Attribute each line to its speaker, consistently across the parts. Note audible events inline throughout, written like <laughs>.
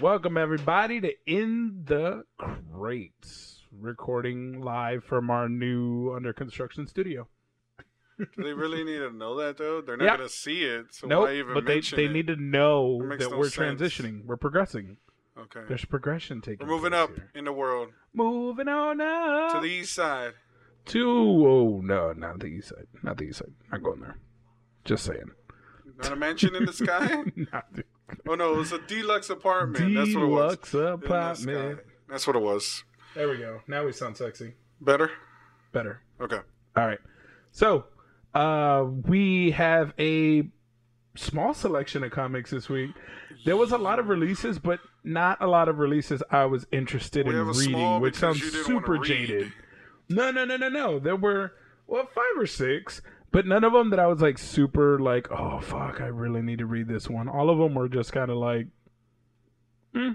Speaker 1: Welcome everybody to In the Crates, recording live from our new under construction studio.
Speaker 2: Do they really need to know that though? They're not
Speaker 1: Yeah.
Speaker 2: gonna see it, so
Speaker 1: nope,
Speaker 2: why even
Speaker 1: but they
Speaker 2: mention
Speaker 1: they
Speaker 2: it?
Speaker 1: need to know
Speaker 2: It makes
Speaker 1: that
Speaker 2: no
Speaker 1: we're
Speaker 2: sense.
Speaker 1: transitioning, we're progressing.
Speaker 2: Okay,
Speaker 1: There's progression taking.
Speaker 2: we're moving
Speaker 1: place
Speaker 2: up
Speaker 1: here.
Speaker 2: in the world
Speaker 1: Moving on up
Speaker 2: to the east side.
Speaker 1: to oh no, not the east side, not the east side. Not going there. Just saying. <laughs>
Speaker 2: Not a mansion in the sky?
Speaker 1: Not the
Speaker 2: Oh no, it was a deluxe apartment. That's what it was.
Speaker 1: deluxe
Speaker 2: In the sky.
Speaker 1: apartment.
Speaker 2: That's what it was.
Speaker 1: There we go. Now we sound sexy.
Speaker 2: Better.
Speaker 1: Better.
Speaker 2: Okay.
Speaker 1: All right. So, uh, we have a small selection of comics this week. There was a lot of releases, but not a lot of releases I was interested
Speaker 2: We
Speaker 1: in
Speaker 2: have a
Speaker 1: reading,
Speaker 2: small
Speaker 1: which
Speaker 2: because
Speaker 1: sounds
Speaker 2: you didn't wanna
Speaker 1: super
Speaker 2: read.
Speaker 1: jaded. No, no, no, no, no. There were well five or six, but none of them that I was like super like, oh fuck, I really need to read this one. All of them were just kind of like, hmm,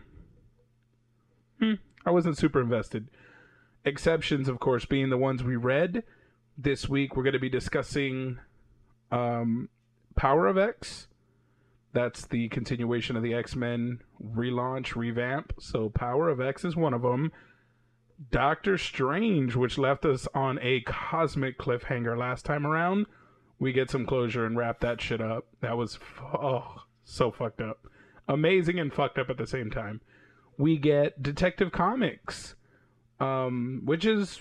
Speaker 1: hmm. I wasn't super invested. Exceptions, of course, being the ones we read this week. We're going to be discussing um, Power of X. That's the continuation of the X Men relaunch, revamp. So Power of X is one of them. Doctor Strange, which left us on a cosmic cliffhanger last time around. We get some closure and wrap that shit up. That was f- oh so fucked up, amazing and fucked up at the same time. We get Detective Comics, um, which is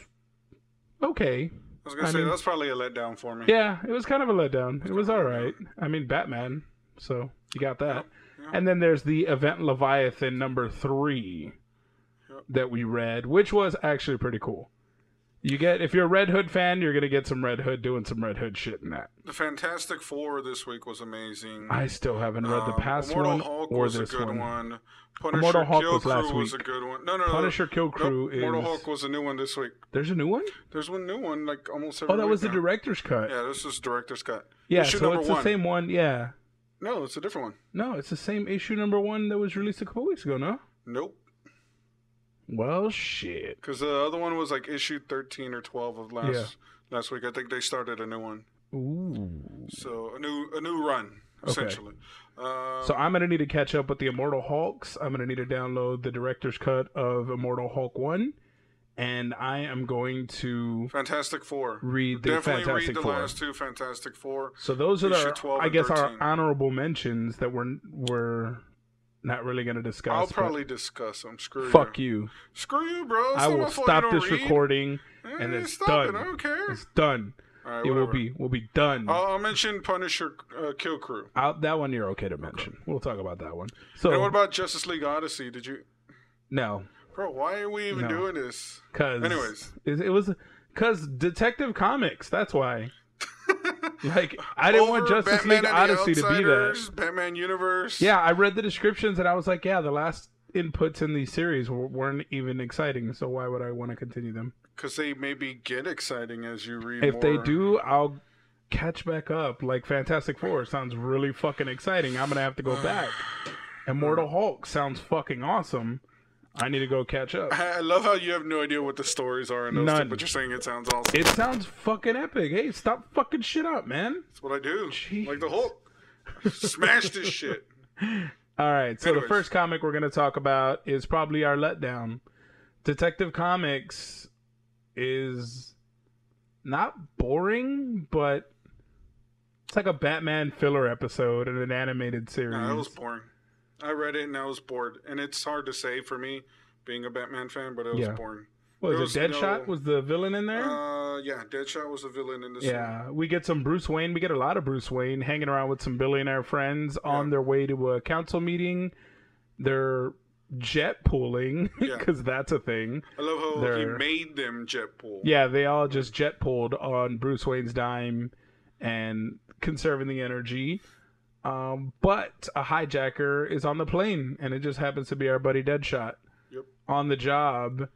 Speaker 1: okay.
Speaker 2: I was gonna
Speaker 1: I
Speaker 2: say
Speaker 1: mean-
Speaker 2: that's probably a letdown for me.
Speaker 1: Yeah, it was kind of a letdown. It was all right. I mean, Batman, so you got that.
Speaker 2: yeah.
Speaker 1: And then there's the Event Leviathan number three
Speaker 2: Yep.
Speaker 1: that we read, which was actually pretty cool. You get if you're a Red Hood fan, you're gonna get some Red Hood doing some Red Hood shit in that.
Speaker 2: The Fantastic Four this week was amazing.
Speaker 1: I still haven't read the
Speaker 2: Um,
Speaker 1: past
Speaker 2: Immortal
Speaker 1: one
Speaker 2: Hulk
Speaker 1: or
Speaker 2: was
Speaker 1: this
Speaker 2: a good
Speaker 1: one.
Speaker 2: one. Punisher
Speaker 1: Immortal Hulk
Speaker 2: Kill
Speaker 1: was
Speaker 2: Crew
Speaker 1: last
Speaker 2: was a
Speaker 1: week.
Speaker 2: good one. No, no, no.
Speaker 1: Punisher Kill Crew
Speaker 2: nope. Immortal
Speaker 1: is
Speaker 2: Hulk was a new one this week.
Speaker 1: there's a new one.
Speaker 2: There's one new one like almost every
Speaker 1: Oh, that
Speaker 2: week
Speaker 1: was the
Speaker 2: now.
Speaker 1: director's cut.
Speaker 2: Yeah, this is director's cut.
Speaker 1: Yeah,
Speaker 2: Issue
Speaker 1: so
Speaker 2: number
Speaker 1: it's
Speaker 2: one.
Speaker 1: the same one. Yeah,
Speaker 2: No, it's a different one.
Speaker 1: no, it's the same issue number one that was released a couple weeks ago. No,
Speaker 2: Nope.
Speaker 1: well, shit.
Speaker 2: Because the other one was like issue 13 or 12 of last
Speaker 1: Yeah.
Speaker 2: last week. I think they started a new one.
Speaker 1: Ooh.
Speaker 2: So a new a new run essentially. Um,
Speaker 1: So I'm gonna need to catch up with the Immortal Hulks. I'm gonna need to download the director's cut of Immortal Hulk One, and I am going to
Speaker 2: Fantastic Four.
Speaker 1: read the
Speaker 2: Definitely
Speaker 1: Fantastic
Speaker 2: read the
Speaker 1: Four.
Speaker 2: last two Fantastic Four.
Speaker 1: So those are
Speaker 2: issue
Speaker 1: the,
Speaker 2: 12
Speaker 1: I
Speaker 2: and
Speaker 1: guess, our
Speaker 2: 13.
Speaker 1: honorable mentions that we're we're not really gonna discuss.
Speaker 2: I'll
Speaker 1: but
Speaker 2: probably discuss them. Screw
Speaker 1: fuck
Speaker 2: you.
Speaker 1: you.
Speaker 2: Screw you, bro. It's
Speaker 1: I
Speaker 2: not
Speaker 1: will
Speaker 2: my fault
Speaker 1: stop
Speaker 2: you don't
Speaker 1: this
Speaker 2: read.
Speaker 1: recording, and
Speaker 2: Eh,
Speaker 1: it's
Speaker 2: stop
Speaker 1: done.
Speaker 2: It. I don't care.
Speaker 1: It's done.
Speaker 2: All right,
Speaker 1: it will
Speaker 2: whatever. Oh.
Speaker 1: be. We'll be done.
Speaker 2: I'll, I'll mention Punisher uh, Kill Crew.
Speaker 1: I'll- that one you're okay to mention. We'll talk about that one. So
Speaker 2: And what about Justice League Odyssey? Did you,
Speaker 1: no,
Speaker 2: bro? Why are we
Speaker 1: No.
Speaker 2: even doing this?
Speaker 1: Cause
Speaker 2: Anyways.
Speaker 1: it, it was because Detective Comics. That's why. like I didn't want
Speaker 2: Over
Speaker 1: Justice
Speaker 2: Batman
Speaker 1: League
Speaker 2: and the
Speaker 1: Odyssey to be
Speaker 2: Outsiders,
Speaker 1: that.
Speaker 2: Batman Universe.
Speaker 1: Yeah, I read the descriptions and I was like, yeah, the last inputs in these series w- weren't even exciting. So why would I want to continue them?
Speaker 2: because they maybe get exciting as you read.
Speaker 1: If they
Speaker 2: more.
Speaker 1: do, I'll catch back up. Like Fantastic Four sounds really fucking exciting. I'm gonna have to
Speaker 2: <sighs>
Speaker 1: go back. Immortal Hulk sounds fucking awesome. I need to go catch up.
Speaker 2: I I love how you have no idea what the stories are in those,
Speaker 1: None.
Speaker 2: two, but you're saying it sounds awesome.
Speaker 1: It sounds fucking epic. Hey, stop fucking shit up, man.
Speaker 2: That's what I do.
Speaker 1: Jeez.
Speaker 2: Like the Hulk,
Speaker 1: <laughs>
Speaker 2: smash this shit.
Speaker 1: All right, so the
Speaker 2: Anyways.
Speaker 1: first comic we're going to talk about is probably our letdown. Detective Comics is not boring, but it's like a Batman filler episode in an animated series.
Speaker 2: Nah, that was boring. I read it and I was bored, and it's hard to say for me, being a Batman fan, but it was
Speaker 1: Yeah.
Speaker 2: boring.
Speaker 1: What
Speaker 2: there
Speaker 1: was it
Speaker 2: was
Speaker 1: Deadshot
Speaker 2: no-
Speaker 1: was the villain in there?
Speaker 2: Uh, yeah, Deadshot was a villain in this. one.
Speaker 1: yeah, we get some Bruce Wayne. We get a lot of Bruce Wayne hanging around with some billionaire friends on their way to a council meeting. They're jet pooling <laughs>
Speaker 2: Yeah.
Speaker 1: because that's a thing.
Speaker 2: I love how he
Speaker 1: They're-
Speaker 2: made them Jetpool.
Speaker 1: Yeah, they all just jet pulled on Bruce Wayne's dime and conserving the energy. Um, but a hijacker is on the plane, and it just happens to be our buddy Deadshot
Speaker 2: Yep.
Speaker 1: on the job,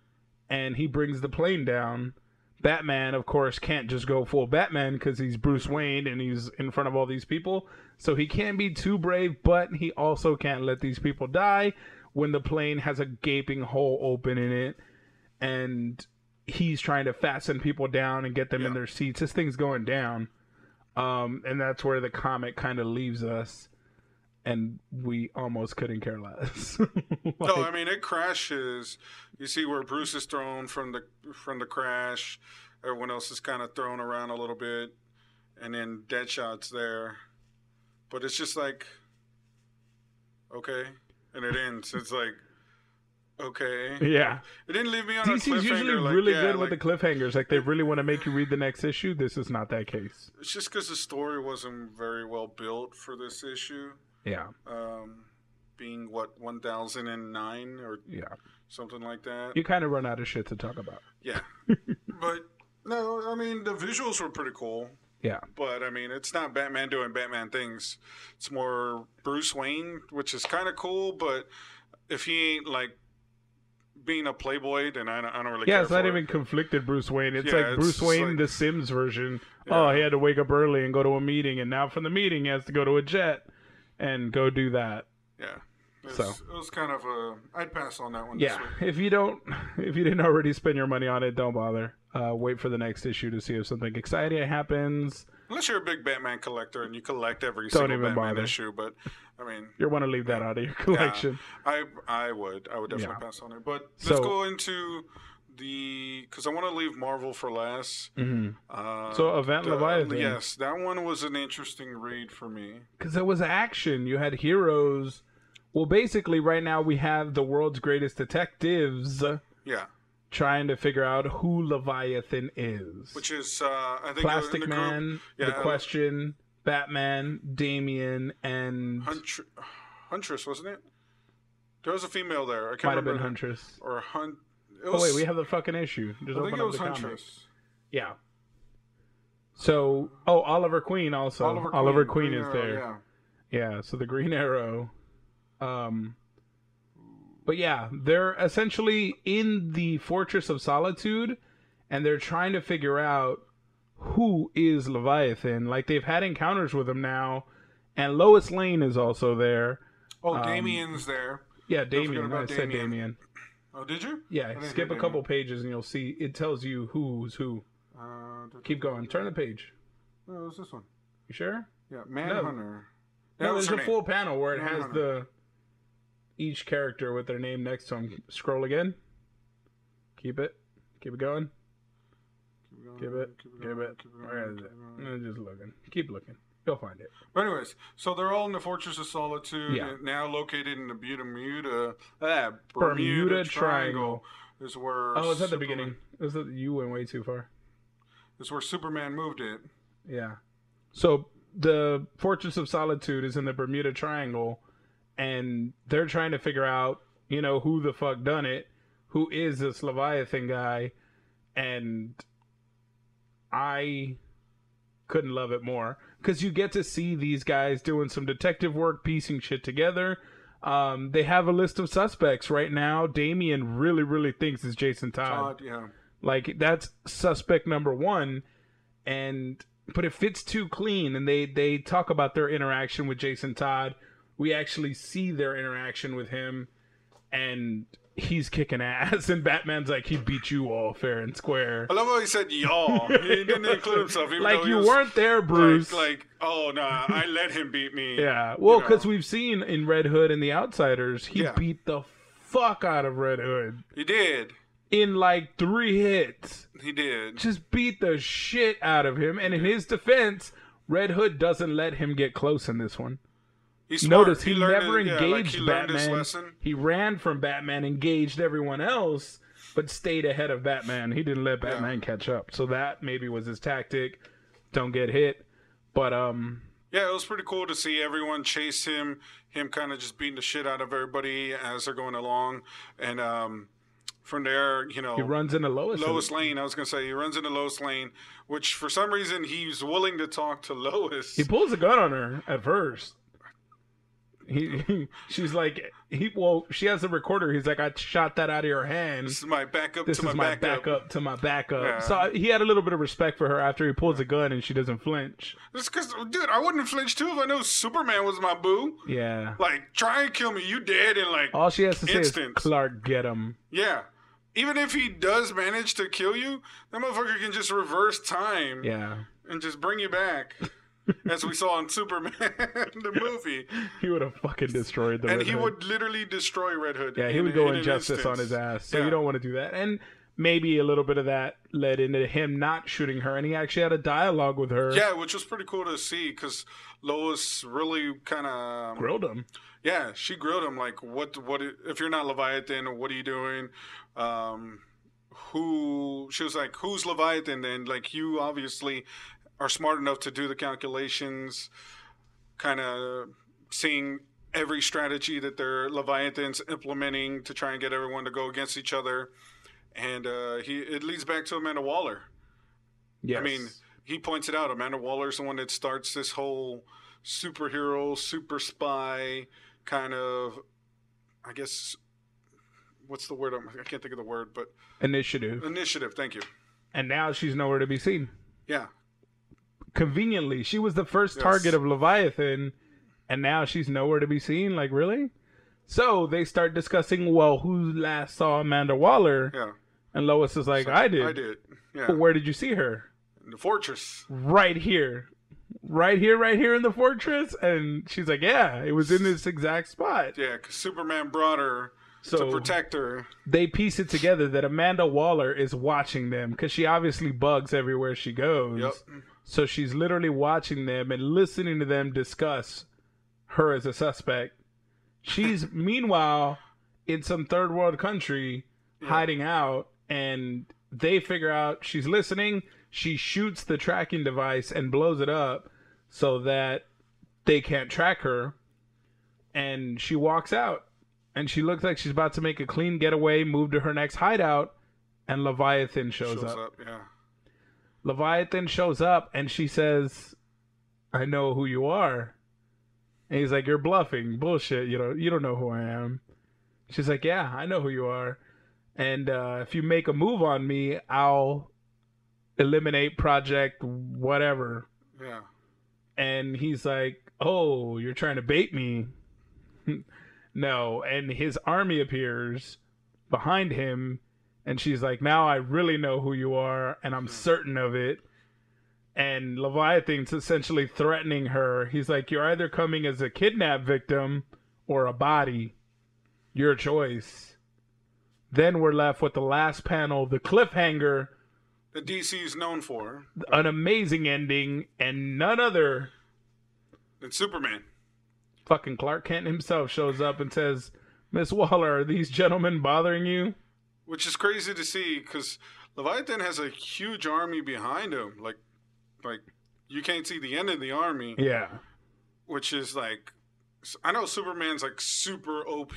Speaker 1: and he brings the plane down. Batman, of course, can't just go full Batman because he's Bruce Wayne and he's in front of all these people. So he can't be too brave, but he also can't let these people die when the plane has a gaping hole open in it and he's trying to fasten people down and get them in
Speaker 2: Yeah.
Speaker 1: their seats. This thing's going down. Um, and that's where the comic kind of leaves us. and we almost couldn't care less. <laughs> Like,
Speaker 2: No, I mean it crashes. You see where Bruce is thrown from the from the crash. Everyone else is kind of thrown around a little bit, and then Deadshot's there. But it's just like, okay, and it ends. It's like, okay, it
Speaker 1: yeah.
Speaker 2: didn't leave me on a cliffhanger.
Speaker 1: DC's usually
Speaker 2: like,
Speaker 1: really
Speaker 2: yeah,
Speaker 1: good with
Speaker 2: like,
Speaker 1: the cliffhangers. Like they really want to make you read the next issue. This is not that case.
Speaker 2: It's just because the story wasn't very well built for this issue,
Speaker 1: Yeah.
Speaker 2: um, being what 1009 or
Speaker 1: Yeah.
Speaker 2: something like that.
Speaker 1: You kind of run out of shit to talk about.
Speaker 2: Yeah. but no, I mean the visuals were pretty cool.
Speaker 1: Yeah.
Speaker 2: But I mean it's not Batman doing Batman things. It's more Bruce Wayne, which is kind of cool, but if he ain't like being a playboy, then I don't, I don't really
Speaker 1: Yeah,
Speaker 2: care
Speaker 1: it's not
Speaker 2: for
Speaker 1: even
Speaker 2: it.
Speaker 1: conflicted Bruce Wayne. It's
Speaker 2: Yeah,
Speaker 1: like
Speaker 2: it's
Speaker 1: Bruce Wayne,
Speaker 2: like-
Speaker 1: the Sims version.
Speaker 2: Yeah.
Speaker 1: Oh, he had to wake up early and go to a meeting, and now from the meeting, he has to go to a jet and go do that.
Speaker 2: Yeah. It was,
Speaker 1: So.
Speaker 2: it was kind of a I'd pass on that one
Speaker 1: Yeah,
Speaker 2: this week.
Speaker 1: if you don't, <laughs> if you didn't already spend your money on it, don't bother. Uh, wait for the next issue to see if something exciting happens.
Speaker 2: Unless you're a big Batman collector and you collect every
Speaker 1: Don't
Speaker 2: single
Speaker 1: even
Speaker 2: Batman
Speaker 1: bother.
Speaker 2: issue, but I mean
Speaker 1: You want to leave that out of your collection.
Speaker 2: I I would I would definitely
Speaker 1: Yeah.
Speaker 2: pass on it. But
Speaker 1: So-
Speaker 2: let's go into the because I want to leave Marvel for last.
Speaker 1: hmm
Speaker 2: Uh,
Speaker 1: So, Event
Speaker 2: the-
Speaker 1: Leviathan.
Speaker 2: Yes, that one was an interesting read for me.
Speaker 1: because there was action. You had heroes. Well, basically, right now we have the world's greatest detectives
Speaker 2: Yeah,
Speaker 1: trying to figure out who Leviathan is.
Speaker 2: which is uh, I think in
Speaker 1: Plastic
Speaker 2: the group,
Speaker 1: Man,
Speaker 2: yeah,
Speaker 1: The
Speaker 2: uh,
Speaker 1: Question, Batman, Damien, and
Speaker 2: Huntr- Huntress wasn't it? There was a female there. I can't
Speaker 1: might have
Speaker 2: remember
Speaker 1: been
Speaker 2: her-
Speaker 1: Huntress.
Speaker 2: or Hunt. It
Speaker 1: Oh
Speaker 2: was,
Speaker 1: wait, we have the fucking issue. Just
Speaker 2: I
Speaker 1: open
Speaker 2: think it
Speaker 1: up
Speaker 2: was
Speaker 1: the comic.
Speaker 2: Huntress.
Speaker 1: Yeah. So, oh, Oliver Queen also. Oliver Queen,
Speaker 2: Green
Speaker 1: is
Speaker 2: Arrow,
Speaker 1: there. Yeah, so the Green Arrow. Um But yeah, they're essentially in the Fortress of Solitude and they're trying to figure out who is Leviathan. Like they've had encounters with him now, and Lois Lane is also there.
Speaker 2: Yeah. Oh,
Speaker 1: Um,
Speaker 2: Damien's there.
Speaker 1: Yeah,
Speaker 2: forget
Speaker 1: Damien. I
Speaker 2: about
Speaker 1: said
Speaker 2: Damien.
Speaker 1: Damien.
Speaker 2: Oh, did you? I
Speaker 1: Yeah,
Speaker 2: didn't
Speaker 1: skip
Speaker 2: hear
Speaker 1: a couple pages and you'll see it tells you who's who.
Speaker 2: Damien. Uh, did-
Speaker 1: Keep going. Turn the page.
Speaker 2: No, it was this one.
Speaker 1: You sure?
Speaker 2: Yeah, Manhunter. That
Speaker 1: No,
Speaker 2: was
Speaker 1: there's
Speaker 2: her
Speaker 1: a
Speaker 2: name.
Speaker 1: full panel where it
Speaker 2: No,
Speaker 1: has
Speaker 2: no, no.
Speaker 1: the each character with their name next to them. Scroll again. Keep it. Keep it going.
Speaker 2: Keep going,
Speaker 1: Keep it.
Speaker 2: keep
Speaker 1: Keep
Speaker 2: going,
Speaker 1: it.
Speaker 2: keep
Speaker 1: Where
Speaker 2: going,
Speaker 1: is it?
Speaker 2: keep going.
Speaker 1: No, Just looking. Keep looking. You'll find it.
Speaker 2: But anyways, so they're all in the Fortress of Solitude,
Speaker 1: Yeah.
Speaker 2: and now located in the Bermuda, ah, Bermuda,
Speaker 1: Bermuda
Speaker 2: Triangle, is where.
Speaker 1: Oh, it's at the
Speaker 2: Superman-
Speaker 1: beginning. Is it- you went way too far.
Speaker 2: Is where Superman moved it.
Speaker 1: Yeah. So the Fortress of Solitude is in the Bermuda Triangle, and they're trying to figure out, you know, who the fuck done it, who is this Leviathan guy, and I couldn't love it more because you get to see these guys doing some detective work, piecing shit together. Um, they have a list of suspects right now. Damien really, really thinks it's Jason Todd.
Speaker 2: Todd, yeah,
Speaker 1: Like that's suspect number one, and but it fits too clean. And they they talk about their interaction with Jason Todd. We actually see their interaction with him, and he's kicking <laughs> ass. And Batman's like, he beat you all fair and square.
Speaker 2: I love how he said <laughs> y'all. He didn't include himself, even
Speaker 1: like
Speaker 2: though he
Speaker 1: you
Speaker 2: was,
Speaker 1: weren't there, Bruce.
Speaker 2: Like, like, oh no, I let him beat
Speaker 1: <laughs>
Speaker 2: me.
Speaker 1: yeah, well,
Speaker 2: know.
Speaker 1: because we've seen in Red Hood and the Outsiders, he
Speaker 2: Yeah.
Speaker 1: beat the fuck out of Red Hood
Speaker 2: he did.
Speaker 1: in like three hits.
Speaker 2: He did.
Speaker 1: just beat the shit out of him. And in his defense, Red Hood doesn't let him get close in this one.
Speaker 2: He's smart.
Speaker 1: Notice he,
Speaker 2: learned
Speaker 1: never
Speaker 2: it- yeah, like,
Speaker 1: engaged
Speaker 2: he learned his
Speaker 1: Batman.
Speaker 2: lesson.
Speaker 1: He ran from Batman, engaged everyone else, but stayed ahead of Batman. He didn't let Batman catch up. So that maybe was his tactic. Don't get hit. But um
Speaker 2: Yeah, it was pretty cool to see everyone chase him, him kind of just beating the shit out of everybody as they're going along. And um, from there, you know,
Speaker 1: he runs into Lois. and-
Speaker 2: Oh. Lois Lane, I was going to say, he runs into Lois Lane, which for some reason he's willing to talk to Lois.
Speaker 1: He pulls a gun on her at first. He, <laughs> she's like, he well, she has a recorder. He's like, I shot that out of your hand.
Speaker 2: this is my backup
Speaker 1: this
Speaker 2: to my,
Speaker 1: is my
Speaker 2: backup.
Speaker 1: backup. to my backup.
Speaker 2: Yeah.
Speaker 1: So I- he had a little bit of respect for her after he pulls a gun and she doesn't flinch.
Speaker 2: It's 'cause- dude, I wouldn't flinch too if I knew Superman was my boo.
Speaker 1: Yeah.
Speaker 2: Like, try and kill me. You dead. And, like,
Speaker 1: All she has to say
Speaker 2: Instance.
Speaker 1: is Clark, get him.
Speaker 2: yeah. Even if he does manage to kill you, that motherfucker can just reverse time
Speaker 1: Yeah. <laughs>
Speaker 2: and just bring you back. as we saw in Superman <laughs> the
Speaker 1: <laughs>
Speaker 2: movie.
Speaker 1: He would have fucking destroyed the
Speaker 2: and
Speaker 1: Red
Speaker 2: he
Speaker 1: Hood.
Speaker 2: would literally destroy Red Hood.
Speaker 1: Yeah, he
Speaker 2: in-
Speaker 1: would go
Speaker 2: in an
Speaker 1: injustice on his
Speaker 2: instance.
Speaker 1: ass. So
Speaker 2: Yeah.
Speaker 1: you don't want to do that. And maybe a little bit of that led into him not shooting her, and he actually had a dialogue with her.
Speaker 2: Yeah, which was pretty cool to see because Lois really um, kind of
Speaker 1: grilled him.
Speaker 2: yeah, she grilled him like, "What? What? If you're not Leviathan, what are you doing? Um, who?" She was like, "Who's Leviathan? Then like you obviously are smart enough to do the calculations, kind of seeing every strategy that their Leviathans implementing to try and get everyone to go against each other." And uh, he it leads back to Amanda Waller.
Speaker 1: Yes.
Speaker 2: I mean, he points it out. Amanda Waller's the one that starts this whole superhero, super spy kind of, I guess, what's the word? I'm- I can't think of the word, but
Speaker 1: initiative,
Speaker 2: initiative. Thank you.
Speaker 1: and now she's nowhere to be seen.
Speaker 2: Yeah.
Speaker 1: Conveniently, she was the first
Speaker 2: Yes.
Speaker 1: target of Leviathan, and now she's nowhere to be seen. Like really? So they start discussing, well, who last saw Amanda Waller?
Speaker 2: Yeah.
Speaker 1: And Lois is like, I did.
Speaker 2: I did. Yeah.
Speaker 1: But where did you see her?
Speaker 2: In the fortress.
Speaker 1: right here right here right here in the fortress and she's like yeah it was in this exact spot
Speaker 2: Yeah. 'cause Superman brought her to
Speaker 1: so
Speaker 2: protect her.
Speaker 1: they piece it together that amanda waller is watching them because she obviously bugs everywhere she goes
Speaker 2: Yep.
Speaker 1: so she's literally watching them and listening to them discuss her as a suspect she's meanwhile in some third world country hiding out and they figure out she's listening she shoots the tracking device and blows it up so that they can't track her and she walks out and she looks like she's about to make a clean getaway move to her next hideout and leviathan shows,
Speaker 2: Shows
Speaker 1: up.
Speaker 2: up. Yeah.
Speaker 1: leviathan shows up and she says i know who you are and he's like you're bluffing bullshit you know you don't know who i am she's like yeah i know who you are and uh, if you make a move on me i'll eliminate project whatever
Speaker 2: Yeah.
Speaker 1: and he's like, "Oh, you're trying to bait me." <laughs> no, and his army appears behind him and she's like, "Now I really know who you are and I'm certain of it." And Leviathan's essentially threatening her. He's like, "You're either coming as a kidnap victim or a body. Your choice." Then we're left with the last panel, the cliffhanger,
Speaker 2: The DC is known for.
Speaker 1: an amazing ending, and none other
Speaker 2: And Superman.
Speaker 1: fucking Clark Kent himself shows up and says, Miss Waller, are these gentlemen bothering you?
Speaker 2: which is crazy to see because Leviathan has a huge army behind him. Like, like you can't see the end of the army,
Speaker 1: Yeah.
Speaker 2: which is like, I know Superman's like super OP,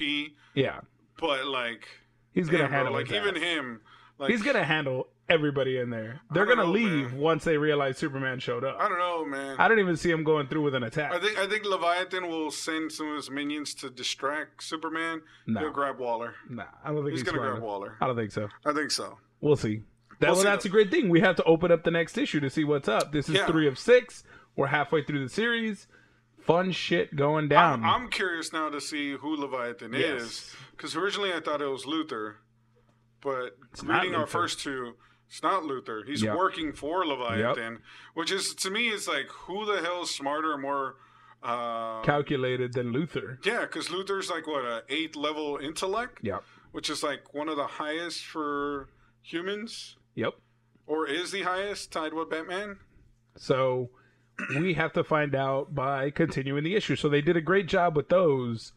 Speaker 1: Yeah.
Speaker 2: but like,
Speaker 1: He's gonna
Speaker 2: damn, bro,
Speaker 1: handle
Speaker 2: like
Speaker 1: his
Speaker 2: even
Speaker 1: ass.
Speaker 2: him, like
Speaker 1: He's gonna handle everybody in there. They're
Speaker 2: don't
Speaker 1: gonna
Speaker 2: know,
Speaker 1: leave
Speaker 2: man.
Speaker 1: once they realize Superman showed up.
Speaker 2: I don't know, man.
Speaker 1: I don't even see him going through with an attack.
Speaker 2: I think I think Leviathan will send some of his minions to distract Superman.
Speaker 1: No.
Speaker 2: He'll grab Waller.
Speaker 1: nah, I don't think
Speaker 2: He's,
Speaker 1: he's,
Speaker 2: gonna
Speaker 1: smart
Speaker 2: grab
Speaker 1: enough.
Speaker 2: Waller.
Speaker 1: I don't think so.
Speaker 2: I think so.
Speaker 1: We'll see. That,
Speaker 2: We'll
Speaker 1: well,
Speaker 2: see,
Speaker 1: that's
Speaker 2: though.
Speaker 1: a great thing. We have to open up the next issue to see what's up. This is
Speaker 2: Yeah.
Speaker 1: three of six. We're halfway through the series. Fun shit going down.
Speaker 2: I'm curious now to see who Leviathan
Speaker 1: Um, Yes.
Speaker 2: is because originally I thought it was Luther, but
Speaker 1: not
Speaker 2: reading our
Speaker 1: Luther.
Speaker 2: first two, it's not Luther. He's
Speaker 1: Yep.
Speaker 2: working for Leviathan, which is to me is like who the hell's smarter, more. Uh,
Speaker 1: Calculated than Luther.
Speaker 2: yeah, because Luther's like what a eighth level intellect,
Speaker 1: Yep.
Speaker 2: which is like one of the highest for humans,
Speaker 1: Yep.
Speaker 2: or is the highest tied with Batman.
Speaker 1: So we have to find out by continuing the issue. So they did a great job with those.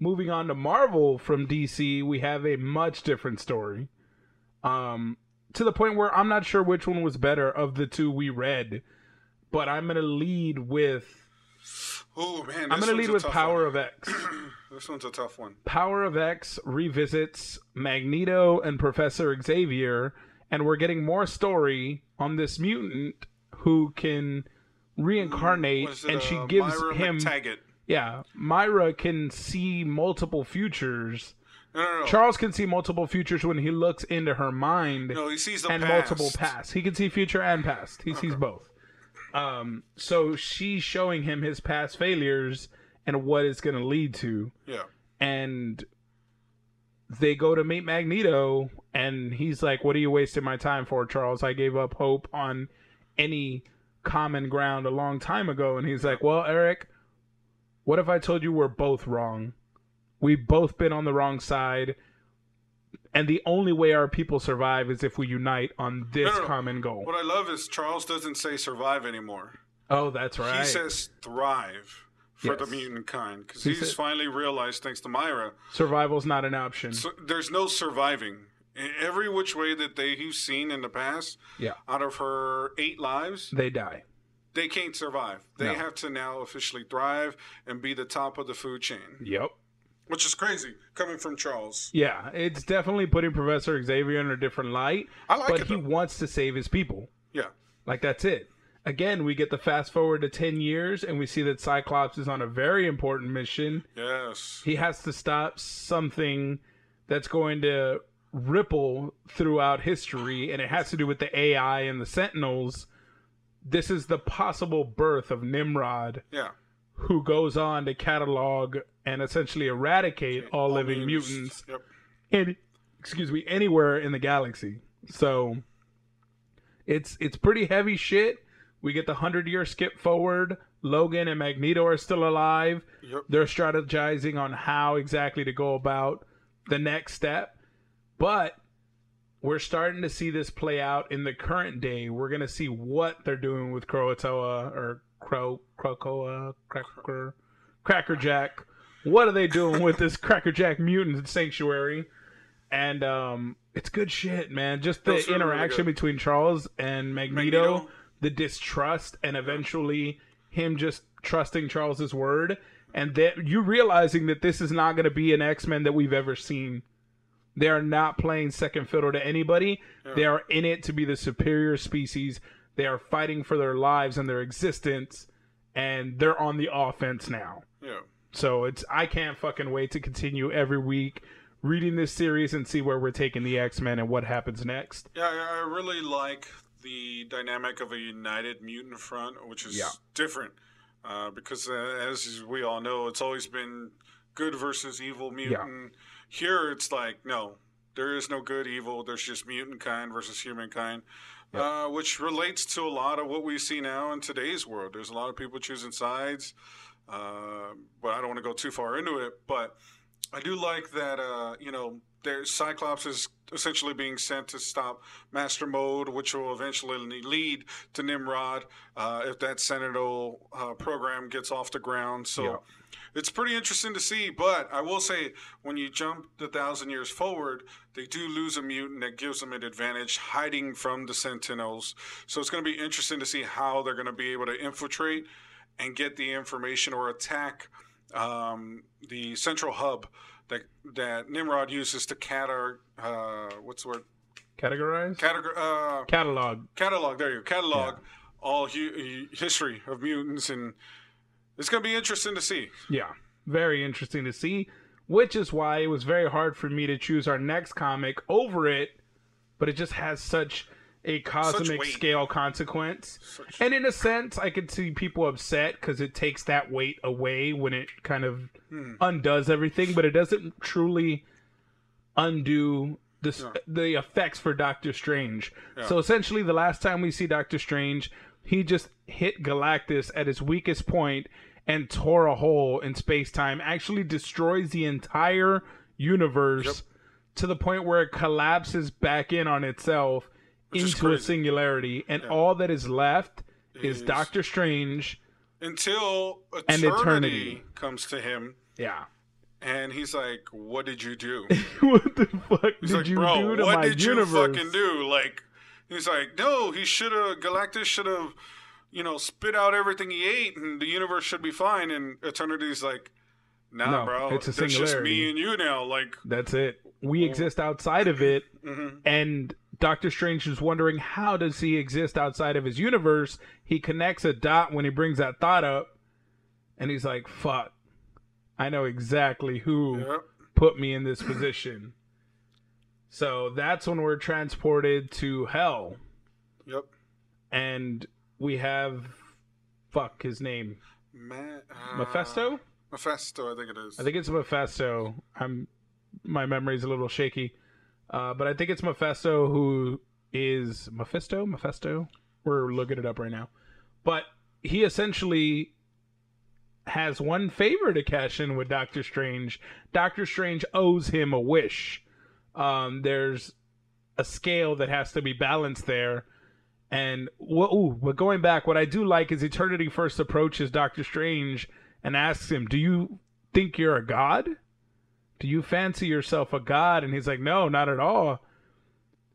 Speaker 1: Moving on to Marvel from DC, we have a much different story. Um, to the point where I'm not sure which one was better of the two we read, but I'm gonna lead with
Speaker 2: Oh man,
Speaker 1: I'm
Speaker 2: this
Speaker 1: gonna
Speaker 2: one's
Speaker 1: lead
Speaker 2: a
Speaker 1: with
Speaker 2: tough
Speaker 1: Power of X.
Speaker 2: one. This one's a tough one.
Speaker 1: Power of X revisits Magneto and Professor Xavier, and we're getting more story on this mutant who can reincarnate,
Speaker 2: Was it,
Speaker 1: and she
Speaker 2: uh,
Speaker 1: gives
Speaker 2: Myra
Speaker 1: him.
Speaker 2: McTaggart?
Speaker 1: Yeah, Myra can see multiple futures.
Speaker 2: No, no, no.
Speaker 1: Charles can see multiple futures when he looks into her mind
Speaker 2: No, he sees the
Speaker 1: and
Speaker 2: past.
Speaker 1: multiple past. He can see future and past. He sees both. Um, so she's showing him his past failures and what it's going to lead to
Speaker 2: Yeah,
Speaker 1: and they go to meet Magneto, and he's like, "What are you wasting my time for, Charles? I gave up hope on any common ground a long time ago and he's like, "Well, Eric, what if I told you we're both wrong? We've both been on the wrong side." And the only way our people survive is if we unite on this
Speaker 2: No, no, no.
Speaker 1: common goal.
Speaker 2: What I love is Charles doesn't say survive anymore.
Speaker 1: Oh, that's right.
Speaker 2: He says thrive for the
Speaker 1: Yes.
Speaker 2: mutant kind because
Speaker 1: He
Speaker 2: he's
Speaker 1: said- Mm.
Speaker 2: finally realized, thanks to Myra,
Speaker 1: Survival's not an option.
Speaker 2: so there's no surviving. In every which way that they he's seen in the past,
Speaker 1: Yeah.
Speaker 2: out of her eight lives,
Speaker 1: they die.
Speaker 2: they can't survive. They
Speaker 1: No.
Speaker 2: have to now officially thrive and be the top of the food chain,
Speaker 1: Yep.
Speaker 2: which is crazy coming from Charles.
Speaker 1: Yeah, it's definitely putting Professor Xavier in a different light,
Speaker 2: I like
Speaker 1: but
Speaker 2: it.
Speaker 1: he
Speaker 2: Though.
Speaker 1: wants to save his people.
Speaker 2: yeah,
Speaker 1: Like that's it. Again, we get the fast forward to 10 years and we see that Cyclops is on a very important mission.
Speaker 2: yes,
Speaker 1: He has to stop something that's going to ripple throughout history and it has to do with the AI and the Sentinels. This is the possible birth of Nimrod
Speaker 2: yeah.
Speaker 1: who goes on to catalog and essentially eradicate all living mutants
Speaker 2: mutants. Yep.
Speaker 1: any excuse me anywhere in the galaxy. So it's it's pretty heavy shit. We get the 100 year skip forward. Logan and Magneto are still alive.
Speaker 2: Yep.
Speaker 1: They're strategizing on how exactly to go about the next step. But we're starting to see this play out in the current day. We're going to see what they're doing with Croatoa or Crow Crocoa Cracker Cracker Jack. What are they doing with this Cracker Jack mutant sanctuary? And um it's good shit, man. Just the
Speaker 2: Those are really
Speaker 1: interaction
Speaker 2: good.
Speaker 1: between Charles and Magneto,
Speaker 2: Magneto.
Speaker 1: the distrust and eventually him just trusting Charles's word and that you realizing that this is not going to be an X-Men that we've ever seen. They are not playing second fiddle to anybody. They are in it to be the superior species. They are fighting for their lives and their existence, and they're on the offense now.
Speaker 2: Yeah.
Speaker 1: So it's I can't fucking wait to continue every week reading this series and see where we're taking the X Men and what happens next.
Speaker 2: Yeah, I I really like the dynamic of a united mutant front, which is
Speaker 1: Yeah.
Speaker 2: different uh, because, uh, as we all know, it's always been good versus evil mutant. Here, it's like no, there is no good evil. There's just mutant kind versus humankind, uh, which relates to a lot of what we see now in today's world. There's a lot of people choosing sides, uh, but I don't want to go too far into it. But I do like that, uh, you know, there, Cyclops is essentially being sent to stop Master Mode, which will eventually lead to Nimrod uh, if that Sentinel uh, program gets off the ground. So
Speaker 1: Yeah.
Speaker 2: it's pretty interesting to see. But I will say, when you jump the thousand years forward, they do lose a mutant that gives them an advantage hiding from the Sentinels. So it's going to be interesting to see how they're going to be able to infiltrate and get the information or attack um, the central hub that that Nimrod uses to cater uh, what's the word
Speaker 1: Categorize?
Speaker 2: Categor- uh,
Speaker 1: Catalog.
Speaker 2: catalog. There you go. catalog all hu- history of mutants and it's going to be interesting to see.
Speaker 1: Yeah. Very interesting to see. Which is why it was very hard for me to choose our next comic over it, but it just has such a cosmic
Speaker 2: weight.
Speaker 1: scale consequence. And in a sense, I could see people upset because it takes that weight away when it kind of undoes everything, but it doesn't truly undo the s the effects for Doctor Strange. So essentially, the last time we see Doctor Strange, he just hit Galactus at his weakest point and tore a hole in space time. Actually, destroys the entire universe to the point where it collapses back in on itself
Speaker 2: is
Speaker 1: into a
Speaker 2: crazy.
Speaker 1: singularity, and all that is left is,
Speaker 2: Is-
Speaker 1: Doctor Strange.
Speaker 2: Until
Speaker 1: And
Speaker 2: eternity,
Speaker 1: eternity.
Speaker 2: comes to him
Speaker 1: Yeah.
Speaker 2: and he's like, "What did
Speaker 1: <laughs>
Speaker 2: you do?"
Speaker 1: what the fuck
Speaker 2: He's
Speaker 1: did
Speaker 2: like,
Speaker 1: you
Speaker 2: "Bro,
Speaker 1: do to
Speaker 2: what
Speaker 1: my
Speaker 2: did
Speaker 1: universe?
Speaker 2: you fucking do?" Like he's like, "No, he should have Galactus should have you know, spit out everything he ate and the universe should be fine." And Eternity's like, "Nah,
Speaker 1: No,
Speaker 2: bro.
Speaker 1: it's a
Speaker 2: There's just
Speaker 1: singularity."
Speaker 2: me and you now." Like
Speaker 1: That's it. We
Speaker 2: Oh.
Speaker 1: exist outside of it,
Speaker 2: Mm-hmm.
Speaker 1: and Doctor Strange is wondering how does he exist outside of his universe. He connects a dot when he brings that thought up, and he's like, "Fuck, I know exactly who
Speaker 2: yeah.
Speaker 1: put me in this position." So that's when we're transported to hell,
Speaker 2: Yep.
Speaker 1: and we have fuck his name
Speaker 2: Ma- uh,
Speaker 1: Mephisto.
Speaker 2: Mephisto, I think it is.
Speaker 1: I think it's Mephisto. I'm my memory's a little shaky, uh, but I think it's Mephisto who is Mephisto. Mephisto. We're looking it up right now. But he essentially has one favor to cash in with Doctor Strange. Doctor Strange owes him a wish. Um, there's a scale that has to be balanced there. And what, ooh, but going back, what I do like is Eternity first approaches Doctor Strange and asks him, "Do you think you're a god? Do you fancy yourself a god?" And he's like, "No, not at all."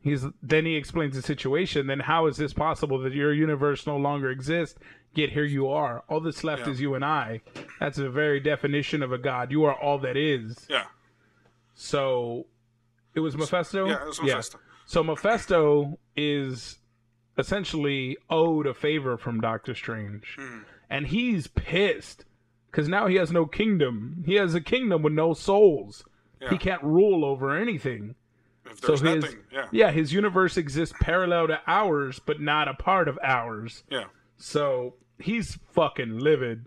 Speaker 1: He's then he explains the situation. Then how is this possible that your universe no longer exists? Yet here you are. All that's left
Speaker 2: Yeah.
Speaker 1: is you and I. That's the very definition of a god. You are all that is.
Speaker 2: Yeah.
Speaker 1: So, it was Mephisto.
Speaker 2: Yeah, it was Mephisto.
Speaker 1: So Mephisto is essentially owed a favor from Doctor Strange.
Speaker 2: Hmm.
Speaker 1: And he's pissed because now he has no kingdom. He has a kingdom with no souls.
Speaker 2: Yeah.
Speaker 1: He can't rule over anything.
Speaker 2: If there's
Speaker 1: so his,
Speaker 2: nothing, yeah.
Speaker 1: yeah, his universe exists parallel to ours, but not a part of ours.
Speaker 2: Yeah.
Speaker 1: So he's fucking livid.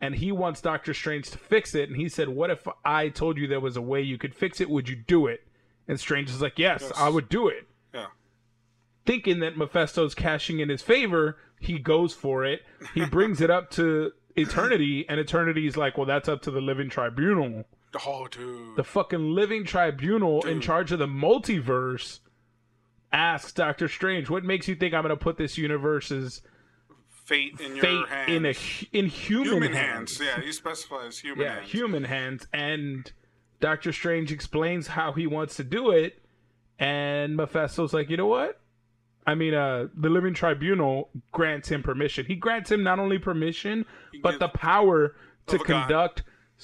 Speaker 1: And he wants Doctor Strange to fix it. And he said, What if I told you there was a way you could fix it? Would you do it? And Strange is like, Yes,
Speaker 2: Yes.
Speaker 1: I would do it.
Speaker 2: Yeah.
Speaker 1: Thinking that Mephisto's cashing in his favor, he goes for it. He brings it up to Eternity. And Eternity's like, Well, that's up to the Living Tribunal.
Speaker 2: Oh, dude.
Speaker 1: The fucking Living Tribunal in
Speaker 2: Dude.
Speaker 1: charge of the multiverse asks Doctor Strange, What makes you think I'm going to put this universe's
Speaker 2: fate in
Speaker 1: fate
Speaker 2: your hands.
Speaker 1: in a hu- in human,
Speaker 2: human
Speaker 1: hands.
Speaker 2: hands. Yeah, he specifies human
Speaker 1: Yeah,
Speaker 2: hands.
Speaker 1: human hands. And Doctor Strange explains how he wants to do it, and Mephisto's like, you know what? I mean, uh, the Living Tribunal grants him permission. He grants him not only permission, but
Speaker 2: gives-
Speaker 1: the power to
Speaker 2: Of a god.
Speaker 1: conduct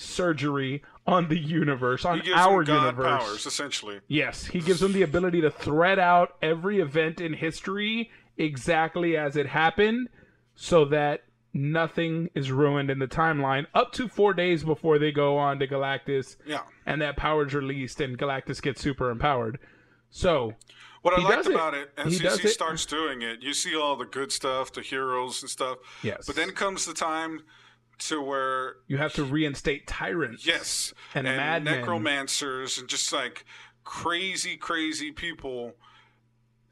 Speaker 1: surgery on the universe, on
Speaker 2: he gives
Speaker 1: our
Speaker 2: him god
Speaker 1: universe.
Speaker 2: powers, essentially.
Speaker 1: Yes, he gives him the ability to thread out every event in history exactly as it happened so that nothing is ruined in the timeline up to four days before they go on to Galactus
Speaker 2: Yeah.
Speaker 1: and that power's released and Galactus gets super empowered. So,
Speaker 2: What I
Speaker 1: He
Speaker 2: liked
Speaker 1: does it.
Speaker 2: about it, as
Speaker 1: He
Speaker 2: he,
Speaker 1: does it.
Speaker 2: starts doing it, you see all the good stuff, the heroes and stuff.
Speaker 1: Yes.
Speaker 2: But then comes the time to where
Speaker 1: you have to reinstate tyrants.
Speaker 2: Yes,
Speaker 1: And madmen.
Speaker 2: necromancers and just like crazy, crazy people.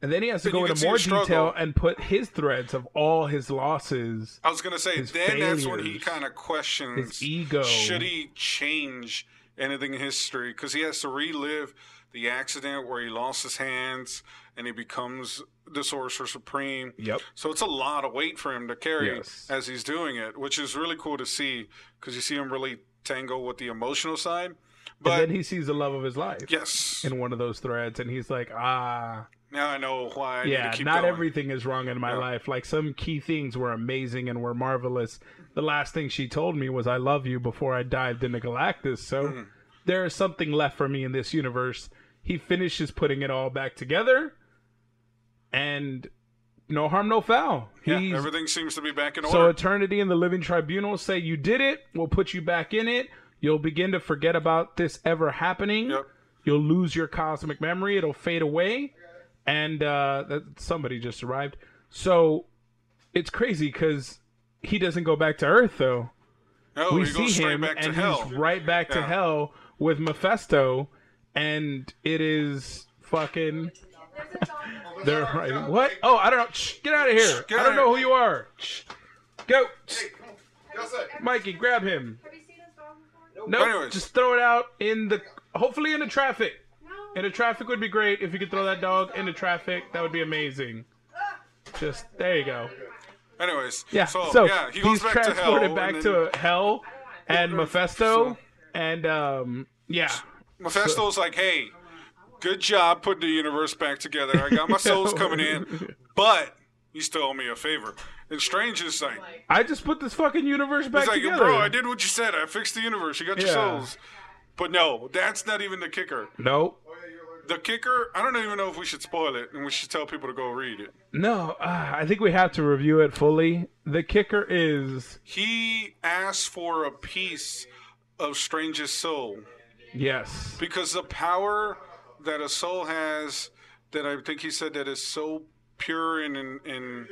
Speaker 1: And then he has to
Speaker 2: Then you
Speaker 1: go
Speaker 2: can
Speaker 1: into
Speaker 2: see
Speaker 1: more
Speaker 2: the struggle.
Speaker 1: detail and put his threads of all his losses,
Speaker 2: I was gonna say,
Speaker 1: His
Speaker 2: then that's when he
Speaker 1: failures.
Speaker 2: kind of questions
Speaker 1: his ego.
Speaker 2: Mm, should he change anything in history because he has to relive the accident where he lost his hands and he becomes the Sorcerer Supreme.
Speaker 1: Yep.
Speaker 2: So it's a lot of weight for him to carry
Speaker 1: Yes.
Speaker 2: as he's doing it, which is really cool to see because you see him really tangle with the emotional side.
Speaker 1: and
Speaker 2: But
Speaker 1: then he sees the love of his life
Speaker 2: yes,
Speaker 1: in one of those threads and he's like, "Ah,
Speaker 2: now I know why. I need
Speaker 1: yeah,
Speaker 2: to keep
Speaker 1: not
Speaker 2: going.
Speaker 1: everything is wrong in my
Speaker 2: Yeah.
Speaker 1: life. Like some key things were amazing and were marvelous. The last thing she told me was "I love you" before I dived into Galactus. So
Speaker 2: Hmm.
Speaker 1: there is something left for me in this universe. He finishes putting it all back together, and no harm, no foul.
Speaker 2: Yeah,
Speaker 1: He's
Speaker 2: everything seems to be back in order.
Speaker 1: so eternity and the living tribunal say you did it. We'll put you back in it. You'll begin to forget about this ever happening.
Speaker 2: Yep.
Speaker 1: You'll lose your cosmic memory. It'll fade away. And uh, that, somebody just arrived. So it's crazy because he doesn't go back to Earth though.
Speaker 2: no,
Speaker 1: we
Speaker 2: he goes
Speaker 1: see
Speaker 2: Oh, straight
Speaker 1: him
Speaker 2: back to
Speaker 1: and
Speaker 2: hell.
Speaker 1: he's right back to
Speaker 2: Yeah.
Speaker 1: hell with Mephisto, and it is fucking. <laughs> They're right. What? Oh, I don't know. Shh, get out of here.
Speaker 2: get
Speaker 1: I don't
Speaker 2: out.
Speaker 1: know who you are. Shh. Go.
Speaker 3: Yes, sir.
Speaker 1: Mikey, grab him.
Speaker 4: Have you seen this dog before?
Speaker 1: No,
Speaker 2: Anyways.
Speaker 1: just throw it out in the. Hopefully, in the traffic.
Speaker 4: No.
Speaker 1: In the traffic would be great if you could throw that dog in the traffic. That would be amazing. Just there you go.
Speaker 2: Anyways,
Speaker 1: Yeah.
Speaker 2: So,
Speaker 1: So,
Speaker 2: yeah, he
Speaker 1: he's
Speaker 2: goes back to hell.
Speaker 1: transported
Speaker 2: and
Speaker 1: back
Speaker 2: then
Speaker 1: to hell and Mephisto,
Speaker 2: So-
Speaker 1: and um, yeah.
Speaker 2: Mephisto's like, "Hey, good job putting the universe back together.
Speaker 1: <laughs>
Speaker 2: I got my souls coming in, but you still owe me a favor." And Strange is like,
Speaker 1: I just put this fucking universe back
Speaker 2: "He's like,
Speaker 1: together.
Speaker 2: bro,
Speaker 1: <laughs>
Speaker 2: I did what you said. I fixed the universe. You got your
Speaker 1: Yeah.
Speaker 2: souls." But no, that's not even the kicker.
Speaker 1: No,
Speaker 2: The kicker, I don't even know if we should spoil it, and we should tell people to go read it.
Speaker 1: no. Uh, I think we have to review it fully. The kicker is
Speaker 2: He asks for a piece of Strange's soul.
Speaker 1: yes,
Speaker 2: because the power that a soul has that i think he said that is so pure and in, in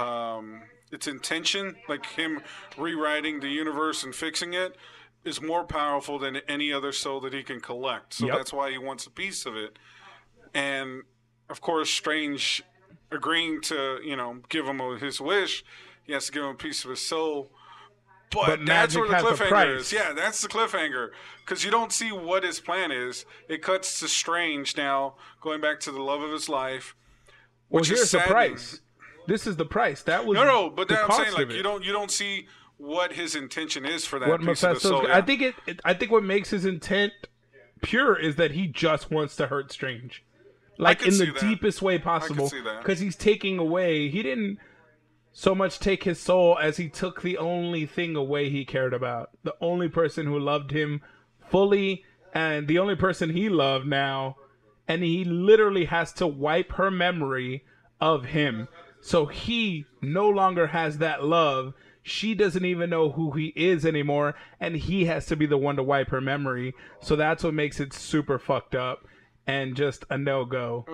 Speaker 2: um, its intention like him rewriting the universe and fixing it is more powerful than any other soul that he can collect so
Speaker 1: Yep.
Speaker 2: that's why he wants a piece of it and of course strange agreeing to you know give him his wish He has to give him a piece of his soul. But,
Speaker 1: But
Speaker 2: that's
Speaker 1: magic
Speaker 2: where the
Speaker 1: has a
Speaker 2: cliffhanger
Speaker 1: price.
Speaker 2: is. Yeah, that's the cliffhanger because you don't see what his plan is. It cuts to Strange now going back to the love of his life.
Speaker 1: Well,
Speaker 2: Which is
Speaker 1: here's the
Speaker 2: saddening.
Speaker 1: price. This is the price. That was
Speaker 2: No, no, but
Speaker 1: the
Speaker 2: that I'm
Speaker 1: cost
Speaker 2: saying like
Speaker 1: of it.
Speaker 2: you don't you don't see what his intention is for that
Speaker 1: What
Speaker 2: piece of the
Speaker 1: Mephisto's,
Speaker 2: soul.
Speaker 1: I
Speaker 2: yeah.
Speaker 1: think it, it. I think what makes his intent pure is that he just wants to hurt Strange, like
Speaker 2: can
Speaker 1: in
Speaker 2: see
Speaker 1: the
Speaker 2: that.
Speaker 1: deepest way possible.
Speaker 2: see that.
Speaker 1: Because he's taking away. He didn't so much take his soul as he took the only thing away he cared about. The only person who loved him fully, and the only person he loved now, and he literally has to wipe her memory of him. So he no longer has that love. She doesn't even know who he is anymore, and he has to be the one to wipe her memory. So that's what makes it super fucked up and just a no go.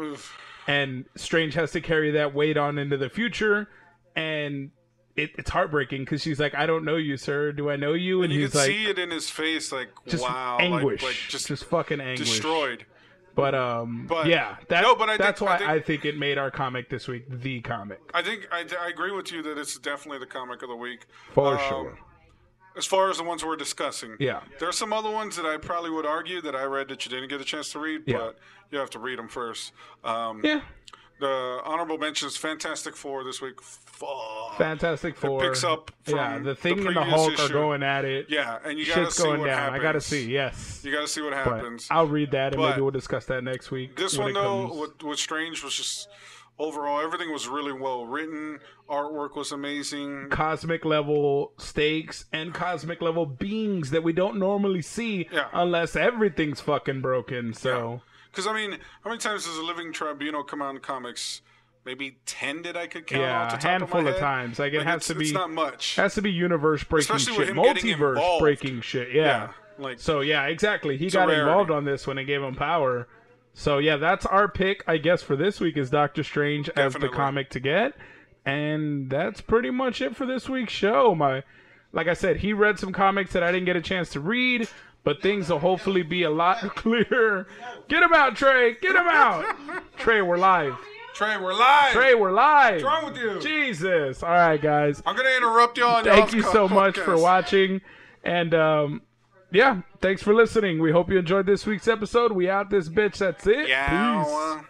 Speaker 1: And Strange has to carry that weight on into the future, and it, it's heartbreaking because she's like, "I don't know you, sir. Do I know you?" And,
Speaker 2: you
Speaker 1: he's
Speaker 2: can
Speaker 1: like,
Speaker 2: see it in his face, like
Speaker 1: "Just
Speaker 2: wow, like-
Speaker 1: anguish,
Speaker 2: like,
Speaker 1: just,
Speaker 2: just,
Speaker 1: fucking anguish."
Speaker 2: destroyed.
Speaker 1: But um,
Speaker 2: But-
Speaker 1: yeah, that,
Speaker 2: No, but I
Speaker 1: that's
Speaker 2: think- Um,
Speaker 1: why I
Speaker 2: I
Speaker 1: think,
Speaker 2: think-
Speaker 1: it made our comic this week the comic
Speaker 2: I think I, I agree with you that it's definitely the comic of the week
Speaker 1: for
Speaker 2: Um,
Speaker 1: sure.
Speaker 2: As far as the ones we're discussing,
Speaker 1: Yeah.
Speaker 2: there's some other ones that I probably would argue that I read that you didn't get a chance to read,
Speaker 1: Yeah.
Speaker 2: but you have to read them first. Um,
Speaker 1: Yeah,
Speaker 2: The honorable mentions: Fantastic Four this week. Fuck.
Speaker 1: Fantastic Four
Speaker 2: picks up
Speaker 1: yeah,
Speaker 2: from
Speaker 1: the
Speaker 2: the
Speaker 1: thing and the
Speaker 2: previous
Speaker 1: Hulk are
Speaker 2: issue.
Speaker 1: going at it.
Speaker 2: yeah, and you gotta
Speaker 1: shit's
Speaker 2: see
Speaker 1: going
Speaker 2: what
Speaker 1: down.
Speaker 2: happens.
Speaker 1: I gotta see. Yes,
Speaker 2: You gotta see what
Speaker 1: but
Speaker 2: happens.
Speaker 1: I'll read that and maybe
Speaker 2: But
Speaker 1: we'll discuss that next week.
Speaker 2: This
Speaker 1: when
Speaker 2: one
Speaker 1: it
Speaker 2: though,
Speaker 1: comes.
Speaker 2: what was strange was just overall everything was really well written. Artwork was amazing.
Speaker 1: cosmic level stakes and cosmic level beings that we don't normally see
Speaker 2: Yeah.
Speaker 1: unless everything's fucking broken. So
Speaker 2: Because I mean, how many times does a Living Tribunal come out in comics? Maybe ten that I could count.
Speaker 1: Yeah,
Speaker 2: off the
Speaker 1: a
Speaker 2: top my
Speaker 1: handful of
Speaker 2: head.
Speaker 1: times. Like, it has
Speaker 2: it's,
Speaker 1: to
Speaker 2: It's
Speaker 1: be-
Speaker 2: not much.
Speaker 1: has to be universe breaking
Speaker 2: Especially with
Speaker 1: shit,
Speaker 2: him getting
Speaker 1: multiverse
Speaker 2: involved.
Speaker 1: breaking shit. Yeah.
Speaker 2: like
Speaker 1: So yeah, exactly. He
Speaker 2: a
Speaker 1: got
Speaker 2: rarity.
Speaker 1: involved on this when it gave him power. So yeah, that's our pick, I guess, for this week is Doctor Strange as the
Speaker 2: Definitely.
Speaker 1: comic to get, and that's pretty much it for this week's show. My, like I said, he read some comics that I didn't get a chance to read, but things will hopefully be a lot <laughs> clearer. Get him out, Trey. Get him
Speaker 2: <laughs>
Speaker 1: out, Trey. We're live.
Speaker 2: Trey, we're live.
Speaker 1: Trey, we're live.
Speaker 2: wrong with you?
Speaker 1: Jesus. All right, guys
Speaker 2: I'm gonna interrupt y'all. on
Speaker 1: thank
Speaker 2: y'all's
Speaker 1: you
Speaker 2: co-
Speaker 1: so much for
Speaker 2: podcast.
Speaker 1: watching and um yeah thanks for listening we hope you enjoyed this week's episode we out this bitch that's it
Speaker 2: Yeah.
Speaker 1: peace
Speaker 2: well.